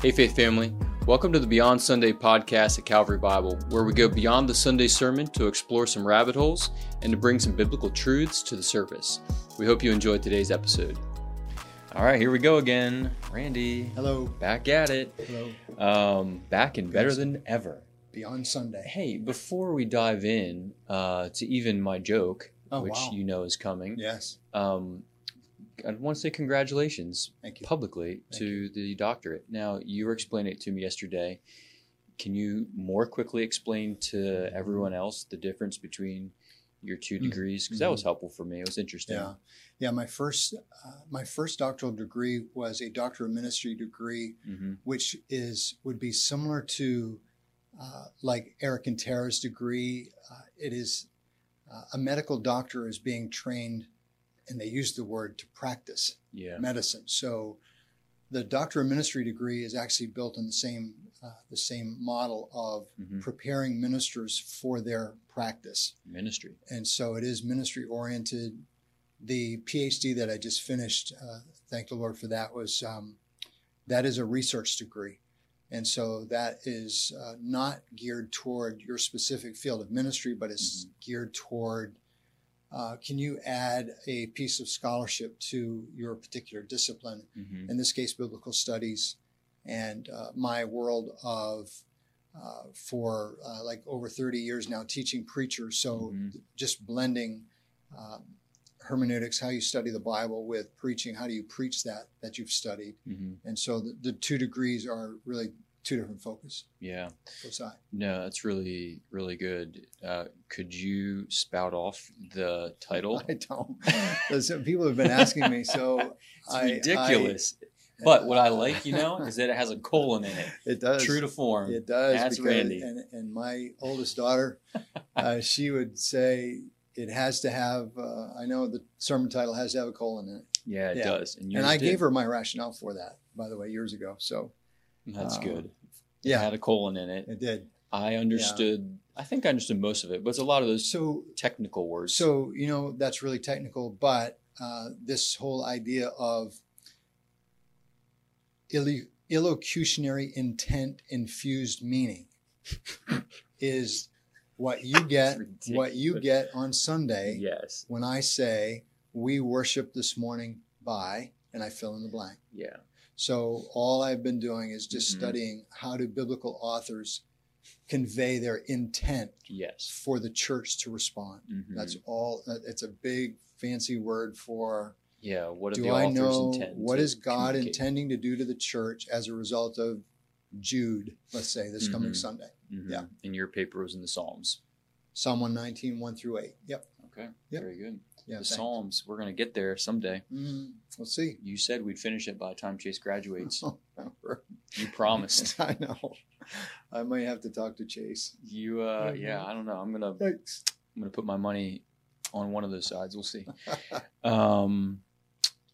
Hey, Faith family. Welcome to the Beyond Sunday podcast at Calvary Bible, where we go beyond the Sunday sermon to explore some rabbit holes and to bring some biblical truths to the surface. We hope you enjoyed today's episode. All right, here we go again. Randy, Hello. back at it. Hello. Um, back and better than ever. Beyond Sunday. Hey, before we dive in uh, to even my joke, Oh, which wow. you know is coming, Yes. um, I want to say congratulations Thank you. publicly Thank to the doctorate. Now, you were explaining it to me yesterday. Can you more quickly explain to Mm-hmm. everyone else the difference between your two Mm. degrees? Because that was helpful for me. It was interesting. Yeah. Yeah. My first, uh, my first doctoral degree was a doctor of ministry degree, hmm which is would be similar to, uh, like Eric and Tara's degree. Uh, it is uh, a medical doctor is being trained, and they use the word to practice Yeah. medicine. So, the doctor of ministry degree is actually built on the same, uh, the same model of hmm preparing ministers for their practice. Ministry. and so it is ministry oriented. The PhD that I just finished, uh, thank the Lord for that, was um, that is a research degree, and so that is uh, not geared toward your specific field of ministry, but it's geared toward. Uh, can you add a piece of scholarship to your particular discipline? hmm in this case, biblical studies, and uh, my world of uh, for uh, like over 30 years now teaching preachers. So Mhm. just blending um, hermeneutics, how you study the Bible, with preaching, how do you preach that that you've studied? hmm And so the, the two degrees are really two different focus. Yeah. foci. No, that's really, really good. Uh, could you spout off the title? I don't. That's what people have been asking me, so It's I- I- ridiculous. but what I like, you know, is that it has a colon in it. it does True to form. It does. That's because, Randy. And, and my oldest daughter, uh, she would say it has to have, uh, I know the sermon title has to have a colon in it. Yeah, it Yeah. does. yours and I did. gave her my rationale for that, by the way, years ago. So, That's uh, good. It yeah, had a colon in it. it did. I understood. I think I understood most of it, but it's a lot of those So, technical words. so you know, that's really technical, but uh, this whole idea of illu- illocutionary intent infused meaning is what you get It's what you ridiculous. get eh? on Sunday Yes. when I say we worship this morning by, and I fill in the blank. Yeah. So all I've been doing is just Mhm. studying how do biblical authors convey their intent Yes. for the church to respond. Mhm. That's all. that- It's a big fancy word for yeah. What are the do I author's know intent? what to is God communicate? intending to do to the church as a result of Jude, let's say this coming Mhm. Sunday, Mhm. yeah. And your paper was in the Psalms. Psalm 119, 1 through 8. Yep. Okay. Yep. Very good. Yeah. the thanks. Psalms. We're gonna get there someday. Mm, we'll see. You said we'd finish it by the time Chase graduates. Remember. you promised. I know. I might have to talk to Chase. You. uh Yeah. I don't know. I'm gonna. Thanks. I'm gonna put my money on one of those sides. We'll see. Um,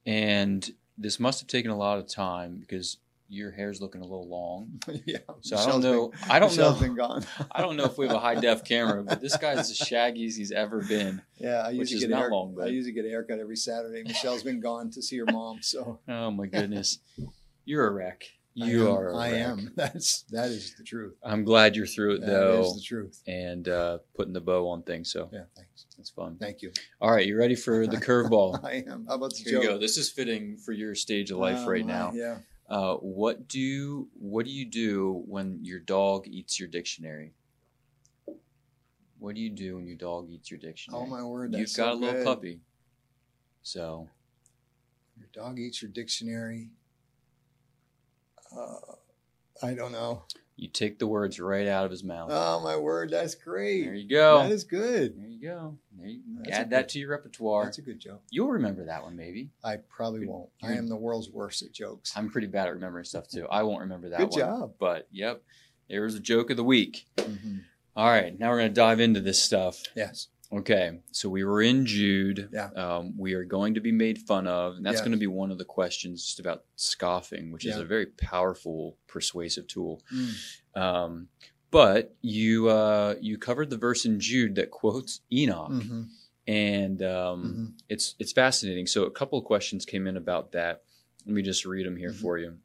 and this must have taken a lot of time because your hair's looking a little long. yeah. So I don't know. I don't Michelle's know. been gone. I don't know if we have a high def camera, but this guy's the shaggiest he's ever been. Yeah, I Which usually is get a not hair, long, I but- usually get a haircut every Saturday. Michelle's been gone to see her mom, so Oh my goodness, you're a wreck. You I am, are. a I wreck. am. That's that is the truth. I'm glad you're through it That is though, the truth. and uh, putting the bow on things. So Yeah. Thanks. it's fun. Thank you. All right, you ready for the curveball? I am. How about the Here you joke? go. This is fitting for your stage of life Oh, right my, now. Yeah. Uh, what do what do you do when your dog eats your dictionary? What do you do when your dog eats your dictionary? Oh my word. You've that's got a so little good. puppy. So Your dog eats your dictionary. Uh, I don't know. you take the words right out of his mouth. Oh my word, that's great. there you go. That is good. there you go. There you- That's a add good- that to your repertoire. That's a good joke. You'll remember that one maybe. I probably Good- won't. I good- am the world's worst at jokes. I'm pretty bad at remembering stuff too. I won't remember that Good one. job. But yep. There was a joke of the week. Mhm. All right, now we're gonna dive into this stuff. Yes. Okay, so we were in Jude. Yeah. Um, we are going to be made fun of, and that's Yeah. going to be one of the questions just about scoffing, which is Yeah. a very powerful, persuasive tool. Mm. Um, but you uh, you covered the verse in Jude that quotes Enoch, Mhm. and um, Mhm. it's it's fascinating. So a couple of questions came in about that. Let me just read them here Mhm. for you.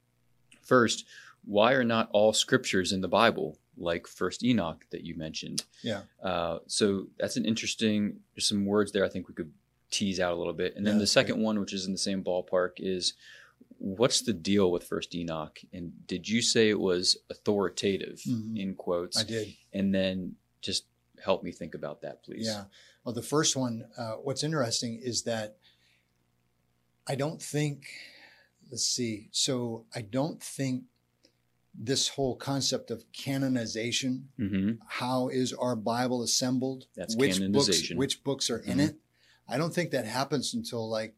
First, why are not all scriptures in the Bible like First Enoch that you mentioned? Yeah. Uh, so that's an interesting. There's some words there I think we could tease out a little bit. And then Yeah, the that's second one, which is in the same ballpark, is what's the deal with First Enoch? And did you say it was authoritative Mhm. in quotes? I did. and then just help me think about that, please. Yeah. Well, the first one, uh, what's interesting is that I don't think, let's see, so I don't think this whole concept of canonization, hmm how is our Bible assembled, That's which books, canonization. which books are in Mhm. it, I don't think that happens until like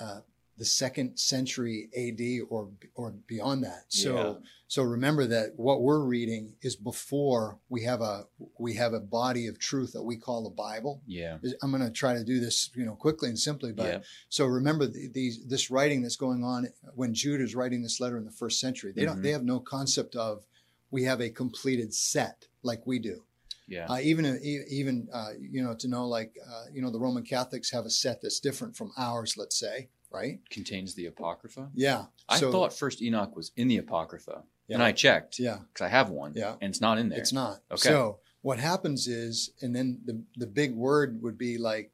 uh, the second century AD or or beyond that. So. So remember that what we're reading is before we have a we have a body of truth that we call the Bible. yeah, I'm going to try to do this, you know, quickly and simply. But yeah, so remember the, these this writing that's going on when Jude is writing this letter in the first century. They Mhm. don't they have no concept of we have a completed set like we do. yeah, Uh, even e- even uh, you know to know like uh, you know the Roman Catholics have a set that's different from ours. Let's say right. contains the apocrypha. Yeah. I So- thought First Enoch was in the apocrypha, Yeah. and I checked Yeah. because I have one, Yeah. and it's not in there. It's not. Okay. So what happens is, and then the, the big word would be like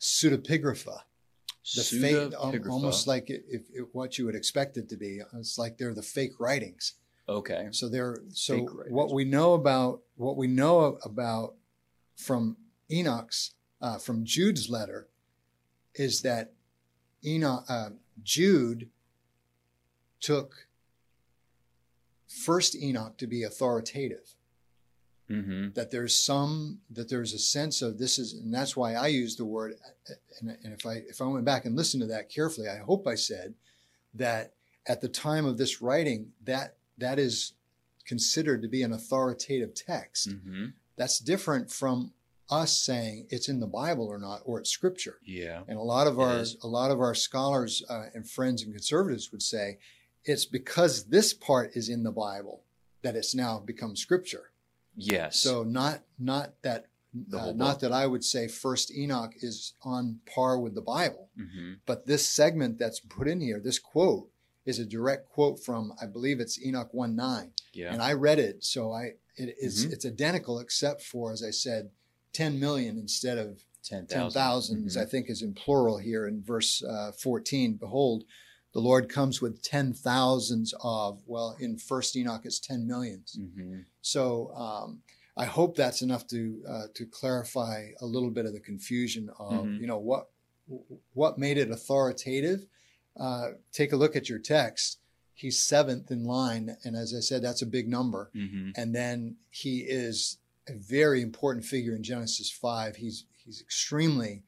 pseudepigrapha. The fake, al- Pseudepigrapha. almost like it, if, if what you would expect it to be. It's like they're the fake writings. okay, So they're so Fake writings. what we know about what we know about from Enoch's uh, from Jude's letter is that Enoch uh, Jude took First Enoch to be authoritative mm-hmm. that there's some that there's a sense of this is and that's why i use the word and, and if i if i went back and listened to that carefully i hope i said that at the time of this writing that that is considered to be an authoritative text Mm-hmm. that's different from us saying it's in the bible or not or it's scripture yeah, and a lot of It our is. a lot of our scholars uh, and friends and conservatives would say it's because this part is in the bible that it's now become scripture yes. so not not that The uh, whole not book. that I would say First Enoch is on par with the Bible, hmm but this segment that's put in here, this quote is a direct quote from I believe it's Enoch one nine, yeah, and I read it, so I it is Mhm. it's identical except for as I said, ten million instead of ten ten thousands. Mm-hmm. I think is in plural here in verse uh, fourteen. Behold, the Lord comes with ten thousands of well in First Enoch it's ten millions. Mm-hmm. So um, I hope that's enough to uh, to clarify a little bit of the confusion of Mhm. you know what what made it authoritative. Uh, take a look at your text. He's seventh in line, and as I said, that's a big number. Mm-hmm. And then he is a very important figure in Genesis five. He's he's extremely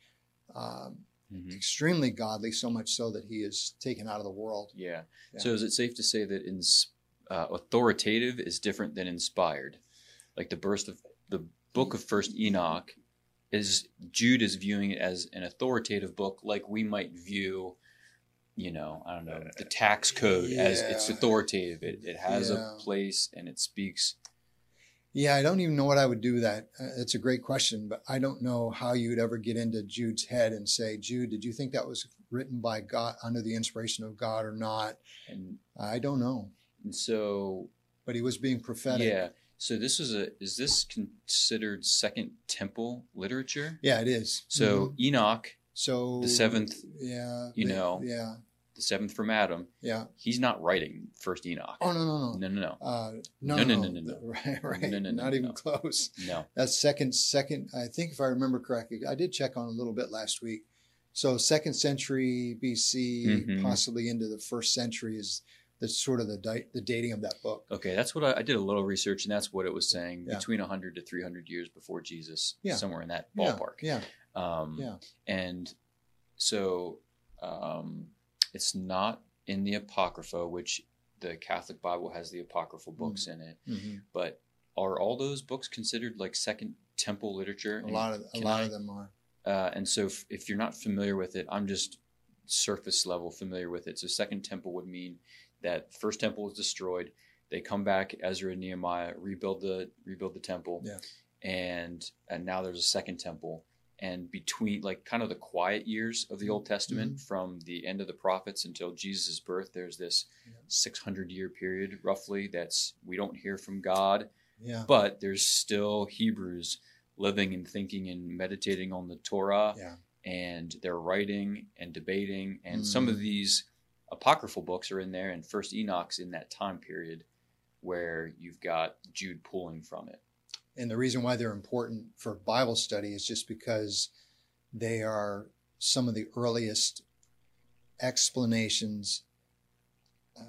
um, Mm-hmm. extremely godly, so much so that he is taken out of the world. Yeah. Yeah. So is it safe to say that ins- uh, authoritative is different than inspired? Like the burst of the book of First Enoch is Jude is viewing it as an authoritative book, like we might view, you know, I don't know, the tax code as it's Yeah. authoritative. It it has Yeah. a place and it speaks. Yeah, I don't even know what I would do with that. Uh, It's a great question, but I don't know how you would ever get into Jude's head and say, Jude, did you think that was written by God under the inspiration of God or not? And, I don't know, and so but he was being prophetic. yeah. So this is a is this considered second temple literature? Yeah, it is. So Mhm. Enoch, so the seventh, yeah, you the- know. yeah, the seventh from Adam, yeah. he's not writing First Enoch. Oh no, no, no, No, no, no. Uh, No, no, no, no, no. right, right, No, no, no, not even no. close. No. That's second, second. I think if I remember correctly, I did check on a little bit last week. So second century BC, Mhm. possibly into the first century, is the sort of the di- the dating of that book. Okay, that's what I, I did a little research, and that's what it was saying Yeah. between 100 to 300 years before Jesus, Yeah. somewhere in that Yeah, ballpark. yeah, Um, Yeah. And so um, it's not in the Apocrypha, which the Catholic Bible has the Hmm. apocryphal books in it. Mhm. But are all those books considered like Second Temple literature? a And- lot of a can lot I- of them are. Uh, and so, if, if you're not familiar with it, I'm just surface level familiar with it. So, Second Temple would mean that First Temple was destroyed. They come back, Ezra and Nehemiah rebuild the rebuild the temple, Yeah. and and now there's a Second Temple. And between like kind of the Mm-hmm. quiet years of the Old Testament, from the end of the prophets until Jesus' birth, there's this Yeah. 600 year period, roughly, that's we don't hear from God, Yeah. but there's still Hebrews living and thinking and meditating on the Torah, Yeah. Mm. and they're writing and debating. And some of these apocryphal books are in there, and First Enoch's in that time period where you've got Jude pulling from it. And the reason why they're important for Bible study is just because they are some of the earliest explanations. Uh,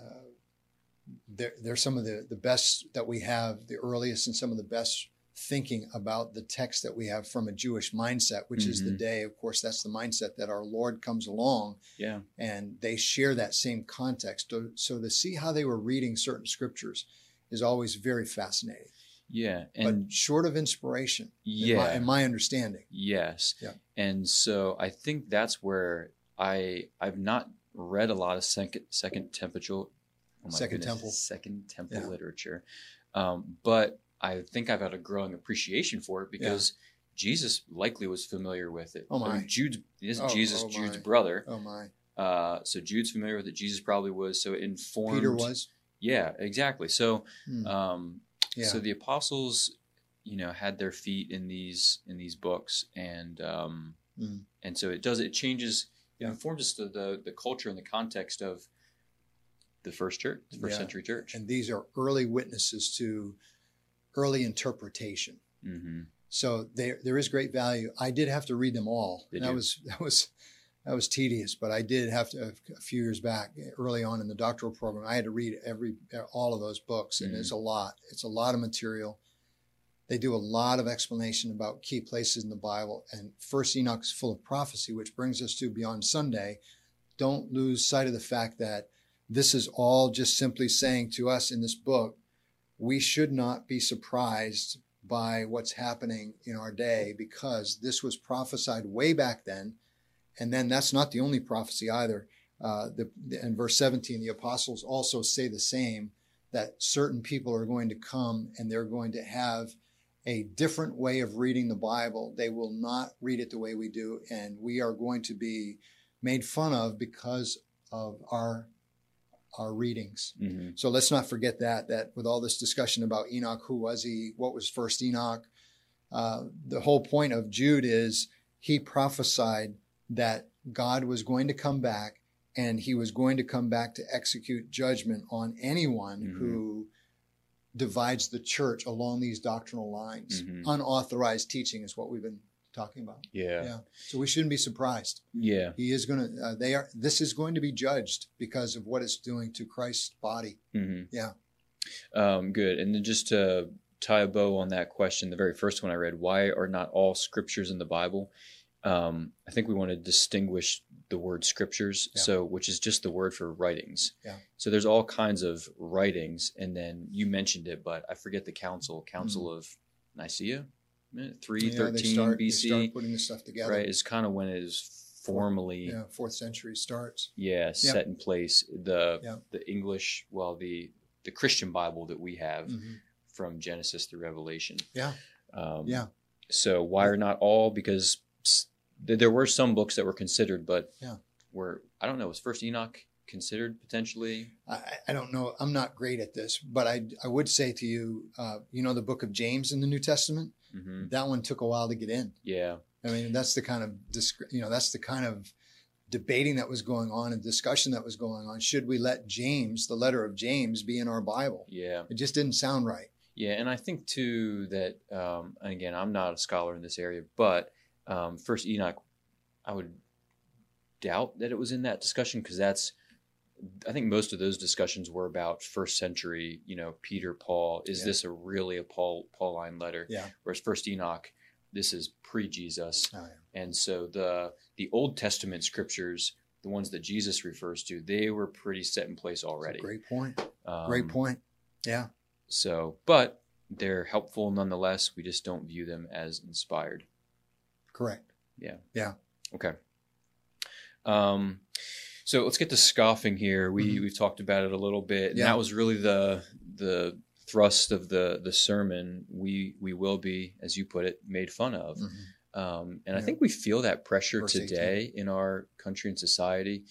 they're, they're some of the, the best that we have, the earliest and some of the best thinking about the text that we have from a Jewish mindset, which is the Mhm. day, of course, that's the mindset that our Lord comes along Yeah. and they share that same context. So, so to see how they were reading certain scriptures is always very fascinating Yeah. And but short of inspiration. yeah. In my, in my understanding. Yes. Yeah. And so I think that's where I I've not read a lot of second second temperature oh Second Temple. second temple Yeah. literature, um, but I think I've had a growing appreciation for it because Jesus likely was familiar with it. Oh I mean, my. Jude's this is Oh, Jesus oh Jude's my. brother, Oh my, uh, so Jude's familiar with it. Jesus probably was. So it informed Peter was. Yeah, exactly. So Hmm. um, yeah, so the apostles, you know, had their feet in these in these books, and um, Mm. and so it does it changes it Yeah. informs us the, the the culture and the context of the first church, the first Yeah. century church. and these are early witnesses to early interpretation. Mm-hmm. So there, there is great value. I did have to read them all. Did that you? was that was that was tedious, but I did have to a few years back, early on in the doctoral program, I had to read every all of those books, and Mhm. it's a lot. It's a lot of material. They do a lot of explanation about key places in the Bible, and First Enoch is full of prophecy, which brings us to Beyond Sunday. Don't lose sight of the fact that this is all just simply saying to us in this book, we should not be surprised by what's happening in our day because this was prophesied way back then. And then that's not the only prophecy either. Uh, the, the- in verse 17, the apostles also say the same that certain people are going to come and they're going to have a different way of reading the Bible. They will not read it the way we do, and we are going to be made fun of because of our our readings. Mm-hmm. So let's not forget that that with all this discussion about Enoch, who was he? What was first Enoch? Uh, the whole point of Jude is he prophesied that God was going to come back and he was going to come back to execute judgment on anyone Mhm. who divides the church along these doctrinal lines. Mhm. Unauthorized teaching is what we've been talking about. Yeah. yeah, Yeah. So we shouldn't be surprised. He is going to, uh, they are, this is going to be judged because of what it's doing to Christ's body. Mm-hmm. Yeah. Um, good. And then just to tie a bow on that question, the very first one I read, why are not all scriptures in the Bible? Um, I think we want to distinguish the word scriptures, Yeah. so which is just the word for writings. Yeah. So there's all kinds of writings, and then you mentioned it, but I forget the council, Council of Nicaea, Eh, three Mm-hmm. Yeah, they thirteen start- they BC, start putting this stuff together. right? Is kind of when it is formally Yeah, fourth century starts. yeah set in place the Yeah. the english well the the christian bible that we have Mhm. from genesis through revelation Yeah. um, Yeah. so why are not all because s- th- there were some books that were considered but Yeah. were i don't know was first enoch considered potentially I- I, I don't know. I'm not great at this, but I I would say to you, uh, you know, the book of James in the New Testament. hmm That one took a while to get in. yeah I mean, that's the kind of disc- you know that's the kind of debating that was going on and discussion that was going on. Should we let James, the letter of James, be in our Bible? yeah It just didn't sound right. Yeah, and I think too that um, and again, I'm not a scholar in this area, but um, First Enoch, I would doubt that it was in that discussion because that's, I think most of those discussions were about first century, you know, Peter, Paul. Is Yeah. this a really a Paul Pauline letter? Yeah. Whereas First Enoch, this is pre Jesus, Oh, yeah. and so the the Old Testament scriptures, the ones that Jesus refers to, they were pretty set in place already. Great point. Um, Great point. Yeah. so, but they're helpful nonetheless. We just don't view them as inspired. Correct. Okay. Um, so let's get to scoffing here. We Mhm. we've talked about it a little bit, and Yeah. that was really the the thrust of the the sermon. We we will be, as you put it, made fun of. Mhm. Um, and I Yeah. think we feel that pressure Verse today in our country and society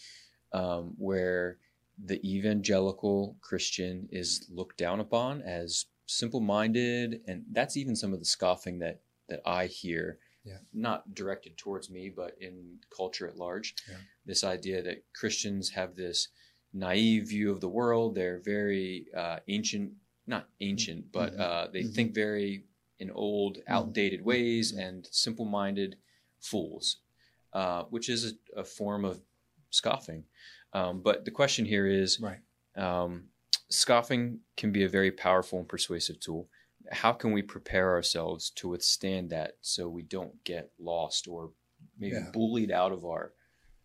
um, where the evangelical Christian is looked down upon as simple-minded, and that's even some of the scoffing that that I hear. Yeah. Not directed towards me, but in culture at large, Yeah. this idea that Christians have this naive view of the world. They're very uh, ancient, not ancient, but Mhm. uh, they Mhm. think very in old, Mm-hmm. outdated ways and simple minded fools, uh, which is a, a form of scoffing. Um, but the question here is Right. um, scoffing can be a very powerful and persuasive tool. How can we prepare ourselves to withstand that so we don't get lost or maybe Yeah. bullied out of our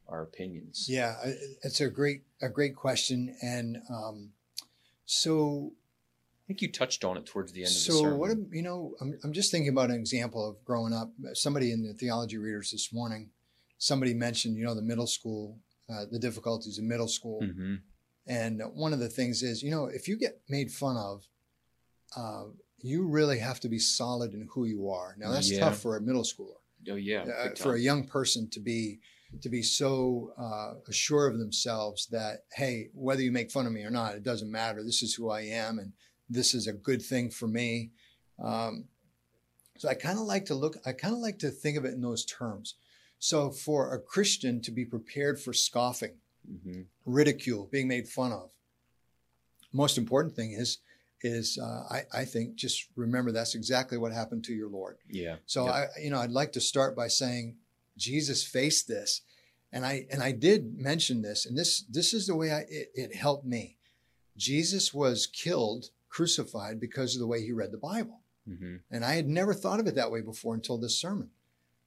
our opinions? Yeah, I- it's a great a great question, and um, so I think you touched on it towards the end so of the sermon. what am- you know I'm, I'm just thinking about an example of growing up somebody in the theology readers this morning somebody mentioned you know the middle school uh, the difficulties in middle school hmm and one of the things is you know if you get made fun of uh, you really have to be solid in who you are now that's Yeah. tough for a middle schooler Oh yeah, uh, big for a time. young person to be to be so uh, sure of themselves that hey whether you make fun of me or not it doesn't matter this is who i am and this is a good thing for me um, so i kind of like to look i kind of like to think of it in those terms so for a christian to be prepared for scoffing Mhm. ridicule, being made fun of. Most important thing is, is uh, I, I think just remember that's exactly what happened to your Lord. Yeah. So Yep. I, you know, I'd like to start by saying Jesus faced this, and I and I did mention this, and this this is the way I it, it helped me. Jesus was killed, crucified because of the way he read the Bible, Mhm. and I had never thought of it that way before until this sermon.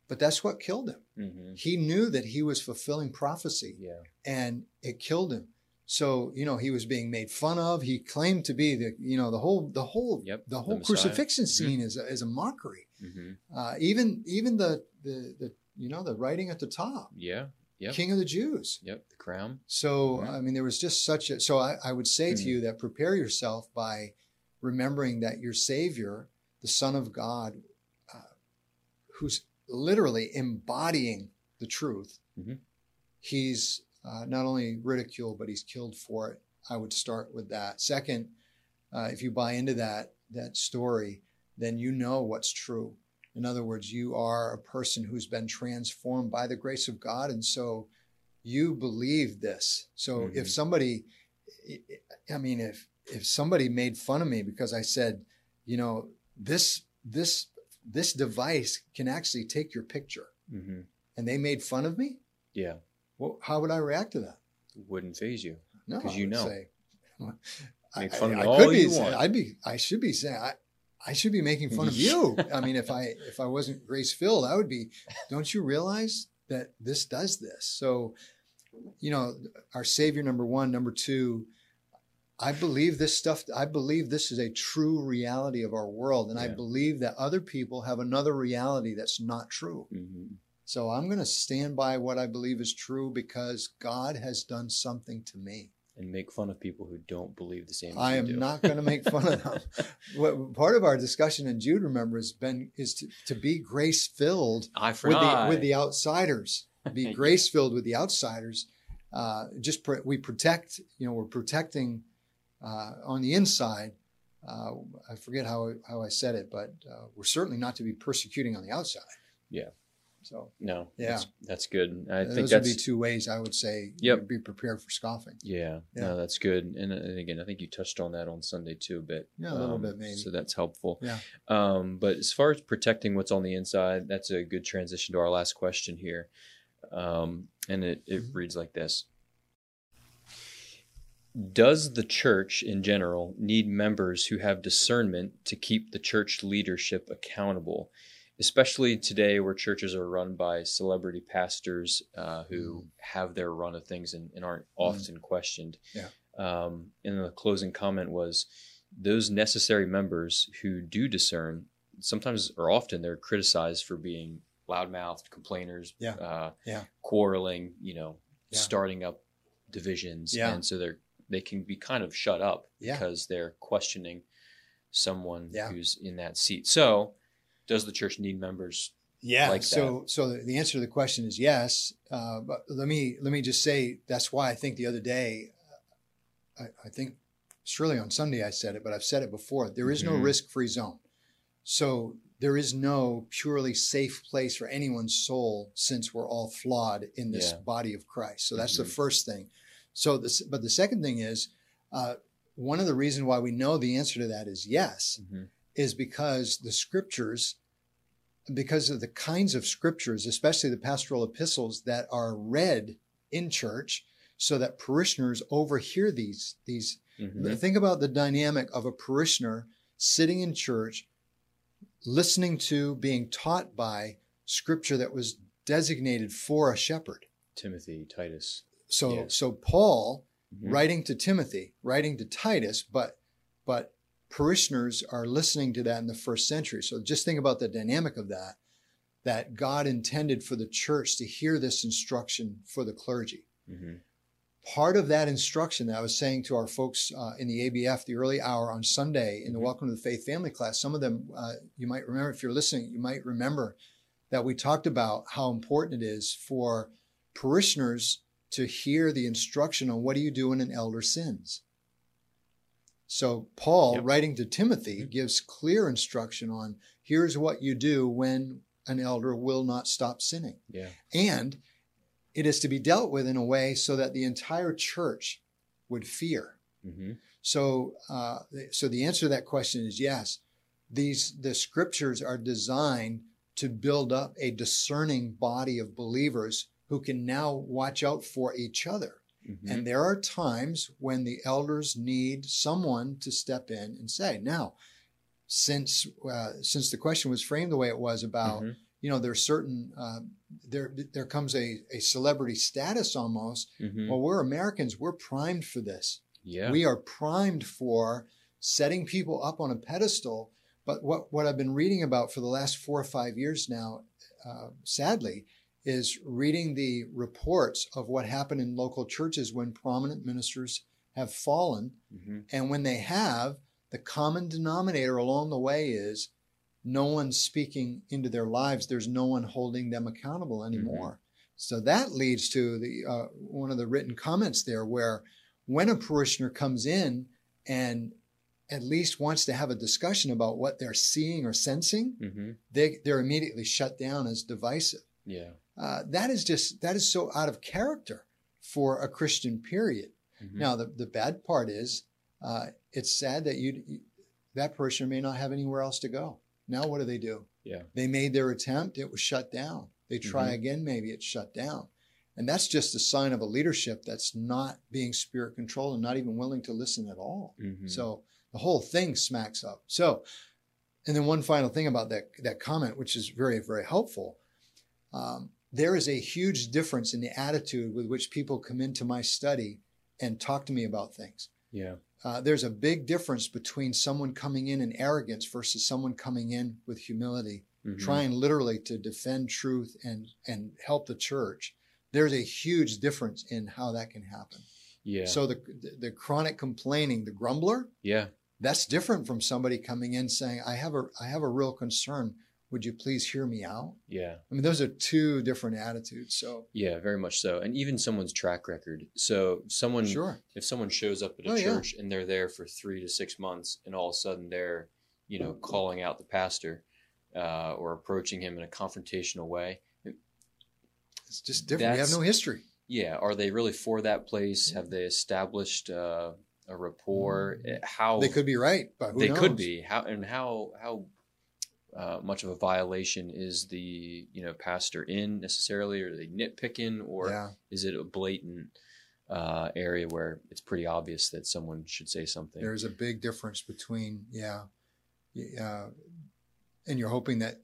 But that's what killed him. Mhm. He knew that he was fulfilling prophecy Yeah. and it killed him. So you know he was being made fun of. He claimed to be the you know the whole the whole Yep, the the whole Messiah. Mm-hmm. crucifixion scene is a, is a mockery. Mhm. Uh, even even the, the the you know the writing at the top, Yeah. Yep. King of the Jews. Yep. The crown. So Yeah. I mean there was just such a. So I, I would say to Hmm. you that prepare yourself by remembering that your Savior, the Son of God, uh, who's literally embodying the truth, Mhm. he's uh, not only ridiculed, but he's killed for it. I would start with that. Second, uh, if you buy into that that story, then you know what's true. In other words, you are a person who's been transformed by the grace of God, and so you believe this. So Mhm. if somebody, I mean, if if somebody made fun of me because I said, you know, this this this device can actually take your picture, Mhm. and they made fun of me, Yeah. well, how would I react to that? Wouldn't phase you. No, 'Cause I you would know. say- Make fun of me all could be you saying- want. I'd be, I should be saying, I, I should be making fun of you. I mean, if I if I wasn't grace filled, I would be. Don't you realize that this does this? So, you know, our Savior number one, number two. I believe this stuff. I believe this is a true reality of our world, and I Yeah. believe that other people have another reality that's not true. Mhm. So I'm going to stand by what I believe is true because God has done something to me. And make fun of people who don't believe the same. As I you am do. not going to make fun of them. What part of our discussion in Jude, remember, has been is to, to be grace filled Eye for with an the eye. with the outsiders. Yeah. Be grace filled with the outsiders. Uh, just pr- we protect. You know, we're protecting uh, on the inside. Uh, I forget how how I said it, but uh, we're certainly not to be persecuting on the outside. Yeah. So no. Yeah. That's, that's good. I think those would that's be two ways I would say. Yep. Be prepared for scoffing. Yeah, Yeah. no, that's good. And, uh, and again, I think you touched on that on Sunday too a bit. Yeah, a little Um, bit, maybe. So that's helpful. Yeah. Um, but as far as protecting what's on the inside, that's a good transition to our last question here. Um, and it, it Mhm. reads like this Does the church in general need members who have discernment to keep the church leadership accountable? Especially today, where churches are run by celebrity pastors uh, who have their run of things and, and aren't often questioned um, and the closing comment was those necessary members who do discern sometimes or often they're criticized for being loudmouthed complainers Yeah. Uh, Yeah. quarreling you know Yeah. starting up divisions Yeah. and so they're they can be kind of shut up Yeah. because they're questioning someone Yeah. who's in that seat so does the church need members Yeah. like so, so the answer to the question is yes. Uh, but let me let me just say that's why I think the other day I, I think surely on Sunday I said it, but I've said it before. There is no Mhm. risk free zone. So there is no purely safe place for anyone's soul since we're all flawed in this Yeah. body of Christ. So that's Mhm. the first thing. So this, but the second thing is, uh, one of the reasons why we know the answer to that is yes, Mhm. is because the scriptures, because of the kinds of scriptures, especially the pastoral epistles that are read in church, so that parishioners overhear these. These Mhm. think about the dynamic of a parishioner sitting in church, listening to, being taught by scripture that was designated for a shepherd. Timothy, Titus. So, Yes. so Paul Mhm. writing to Timothy, writing to Titus, but but parishioners are listening to that in the first century. So just think about the dynamic of that that God intended for the church to hear this instruction for the clergy. Mhm. Part of that instruction that I was saying to our folks uh, in the ABF, the early hour on Sunday in the Mhm. Welcome to the Faith Family class, some of them uh, you might remember, if you're listening, you might remember that we talked about how important it is for parishioners to hear the instruction on what do you do when an elder sins. So Paul, Yep. writing to Timothy, Mhm. gives clear instruction on here's what you do when an elder will not stop sinning. Yeah. And it is to be dealt with in a way so that the entire church would fear. hmm So, uh, so the answer to that question is yes. These the scriptures are designed to build up a discerning body of believers who can now watch out for each other. Mm-hmm. And there are times when the elders need someone to step in and say, "Now, since uh, since the question was framed the way it was about Mm-hmm. you know there's certain uh, there there comes a, a celebrity status almost well we're americans we're primed for this Mm-hmm. Yeah. we are primed for setting people up on a pedestal but what what i've been reading about for the last four or five years now uh, sadly is reading the reports of what happened in local churches when prominent ministers have fallen Mhm. and when they have, the common denominator along the way is no one speaking into their lives. There's no one holding them accountable anymore. So that leads to the uh, one of the written comments there, where when a parishioner comes in and at least wants to have a discussion about what they're seeing or sensing, Mhm. they, they're immediately shut down as divisive. Yeah. Uh, that is just that is so out of character for a Christian period. Mhm. Now, the, the bad part is, uh, it's sad that you that person may not have anywhere else to go. Now, what do they do? Yeah. They made their attempt; it was shut down. They try Mhm. again, maybe it's shut down, and that's just a sign of a leadership that's not being spirit controlled and not even willing to listen at all. Mhm. So the whole thing smacks up. So, and then one final thing about that that comment, which is very very helpful. Um, there is a huge difference in the attitude with which people come into my study and talk to me about things. Yeah. Uh, there's a big difference between someone coming in in arrogance versus someone coming in with humility, Mhm. trying literally to defend truth and and help the church. There's a huge difference in how that can happen. Yeah. So the the chronic complaining, the grumbler, yeah. that's different from somebody coming in saying i have a i have a real concern would you please hear me out Yeah. i mean those are two different attitudes so Yeah. Very much so. And even someone's track record. So someone, sure if someone shows up at a Oh, yeah. church and they're there for three to six months, and all of a sudden they're, you know, calling out the pastor uh, or approaching him in a confrontational way. it's just different we have That's- no history Yeah, are they really for that place? Have they established uh, a rapport? Eh, How Mm. they could be right but who they knows? could be how and how how uh, much of a violation is the you know pastor in necessarily? Are they nitpicking, or yeah is it a blatant uh, area where it's pretty obvious that someone should say something? there's a big difference between yeah y- uh, and you're hoping that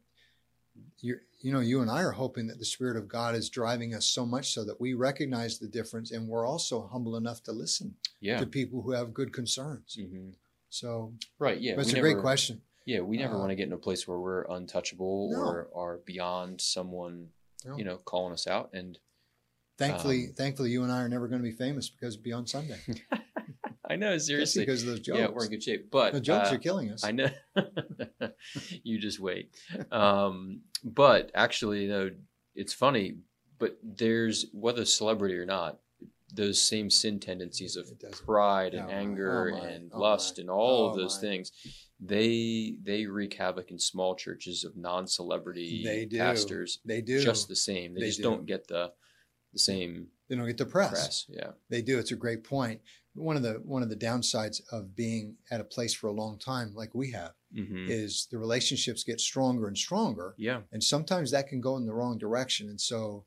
you you know you and i are hoping that the spirit of god is driving us so much so that we recognize the difference and we're also humble enough to listen yeah, to people who have good concerns hmm so right. Yeah, but it's we a never- great question Yeah, we never Uh, want to get in a place where we're untouchable No. or are beyond someone No. you know calling us out and. Thankfully, Um, thankfully, you and I are never going to be famous because it'll be on Sunday. Just I know, seriously. because of those jokes. Yeah, we're in good shape. But the jokes uh, are killing us. I know. you just wait. Um, but actually, though, it's funny. But there's whether celebrity or not, those same sin tendencies of It doesn't. pride and No, anger oh my, and oh lust my, and all of oh those my. things. They they wreak havoc in small churches of non-celebrity They do. pastors They do. just the same. They, They just do. do. not get the the same they don't get the press. press. Yeah. They do. It's a great point. One of the one of the downsides of being at a place for a long time, like we have, hmm is the relationships get stronger and stronger. Yeah. and sometimes that can go in the wrong direction. And so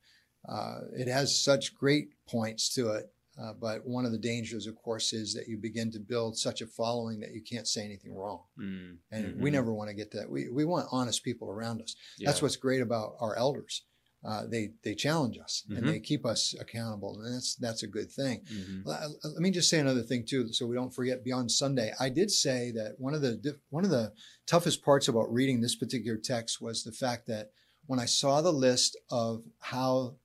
uh, it has such great points to it. Uh, but one of the dangers, of course, is that you begin to build such a following that you can't say anything wrong. Mm. And Mhm. we never want to get to that. We, we want honest people around us. That's Mm-hmm. Yeah. what's great about our elders. Uh, they they challenge us Mhm. and they keep us accountable, and that's that's a good thing. Mhm. Let let me just say another thing too, so we don't forget. Beyond Sunday, I did say that one of the diff- one of the toughest parts about reading this particular text was the fact that when I saw the list of how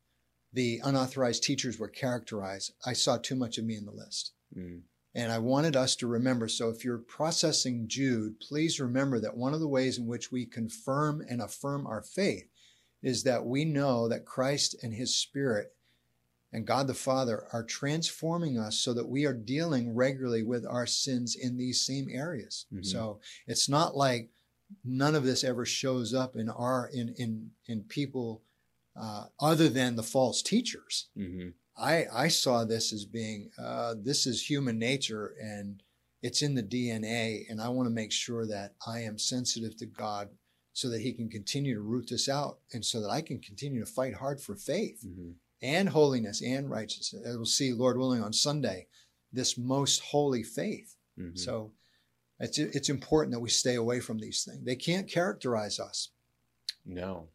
the unauthorized teachers were characterized, I saw too much of me in the list, Mm. and I wanted us to remember. So, if you're processing Jude, please remember that one of the ways in which we confirm and affirm our faith is that we know that Christ and His Spirit and God the Father are transforming us so that we are dealing regularly with our sins in these same areas. Mhm. So it's not like none of this ever shows up in our in in in people uh, other than the false teachers. Mhm. I I saw this as being uh, this is human nature and it's in the DNA, and I want to make sure that I am sensitive to God so that He can continue to root this out, and so that I can continue to fight hard for faith Mhm. and holiness and righteousness. And we'll see, Lord willing, on Sunday, this most holy faith. Mhm. So it's, it's important that we stay away from these things. They can't characterize us. no,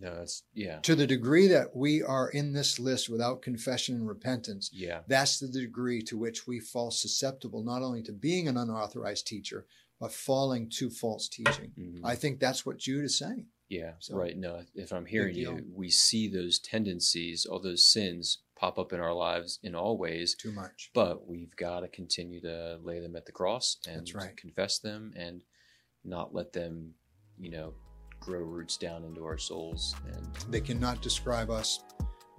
no, that's yeah, To the degree that we are in this list without confession and repentance, yeah. that's the degree to which we fall susceptible not only to being an unauthorized teacher, but falling to false teaching. Mhm. I think that's what Jude is saying. Yeah, So, right. No, if I'm hearing deal. you, we see those tendencies, all those sins pop up in our lives in all ways, Too much. but we've got to continue to lay them at the cross and That's right. confess them and not let them, you know, grow roots down into our souls. And They cannot describe us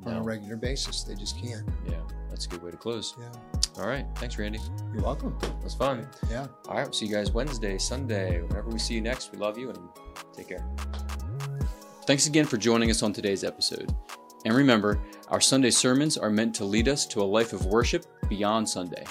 on a no, regular basis. They just can't. yeah, that's a good way to close. Yeah. All right. Thanks, Randy. You're welcome. That was fun. Yeah. All right. We'll see you guys Wednesday, Sunday, whenever we see you next. We love you and take care. Thanks again for joining us on today's episode. And remember, our Sunday sermons are meant to lead us to a life of worship beyond Sunday.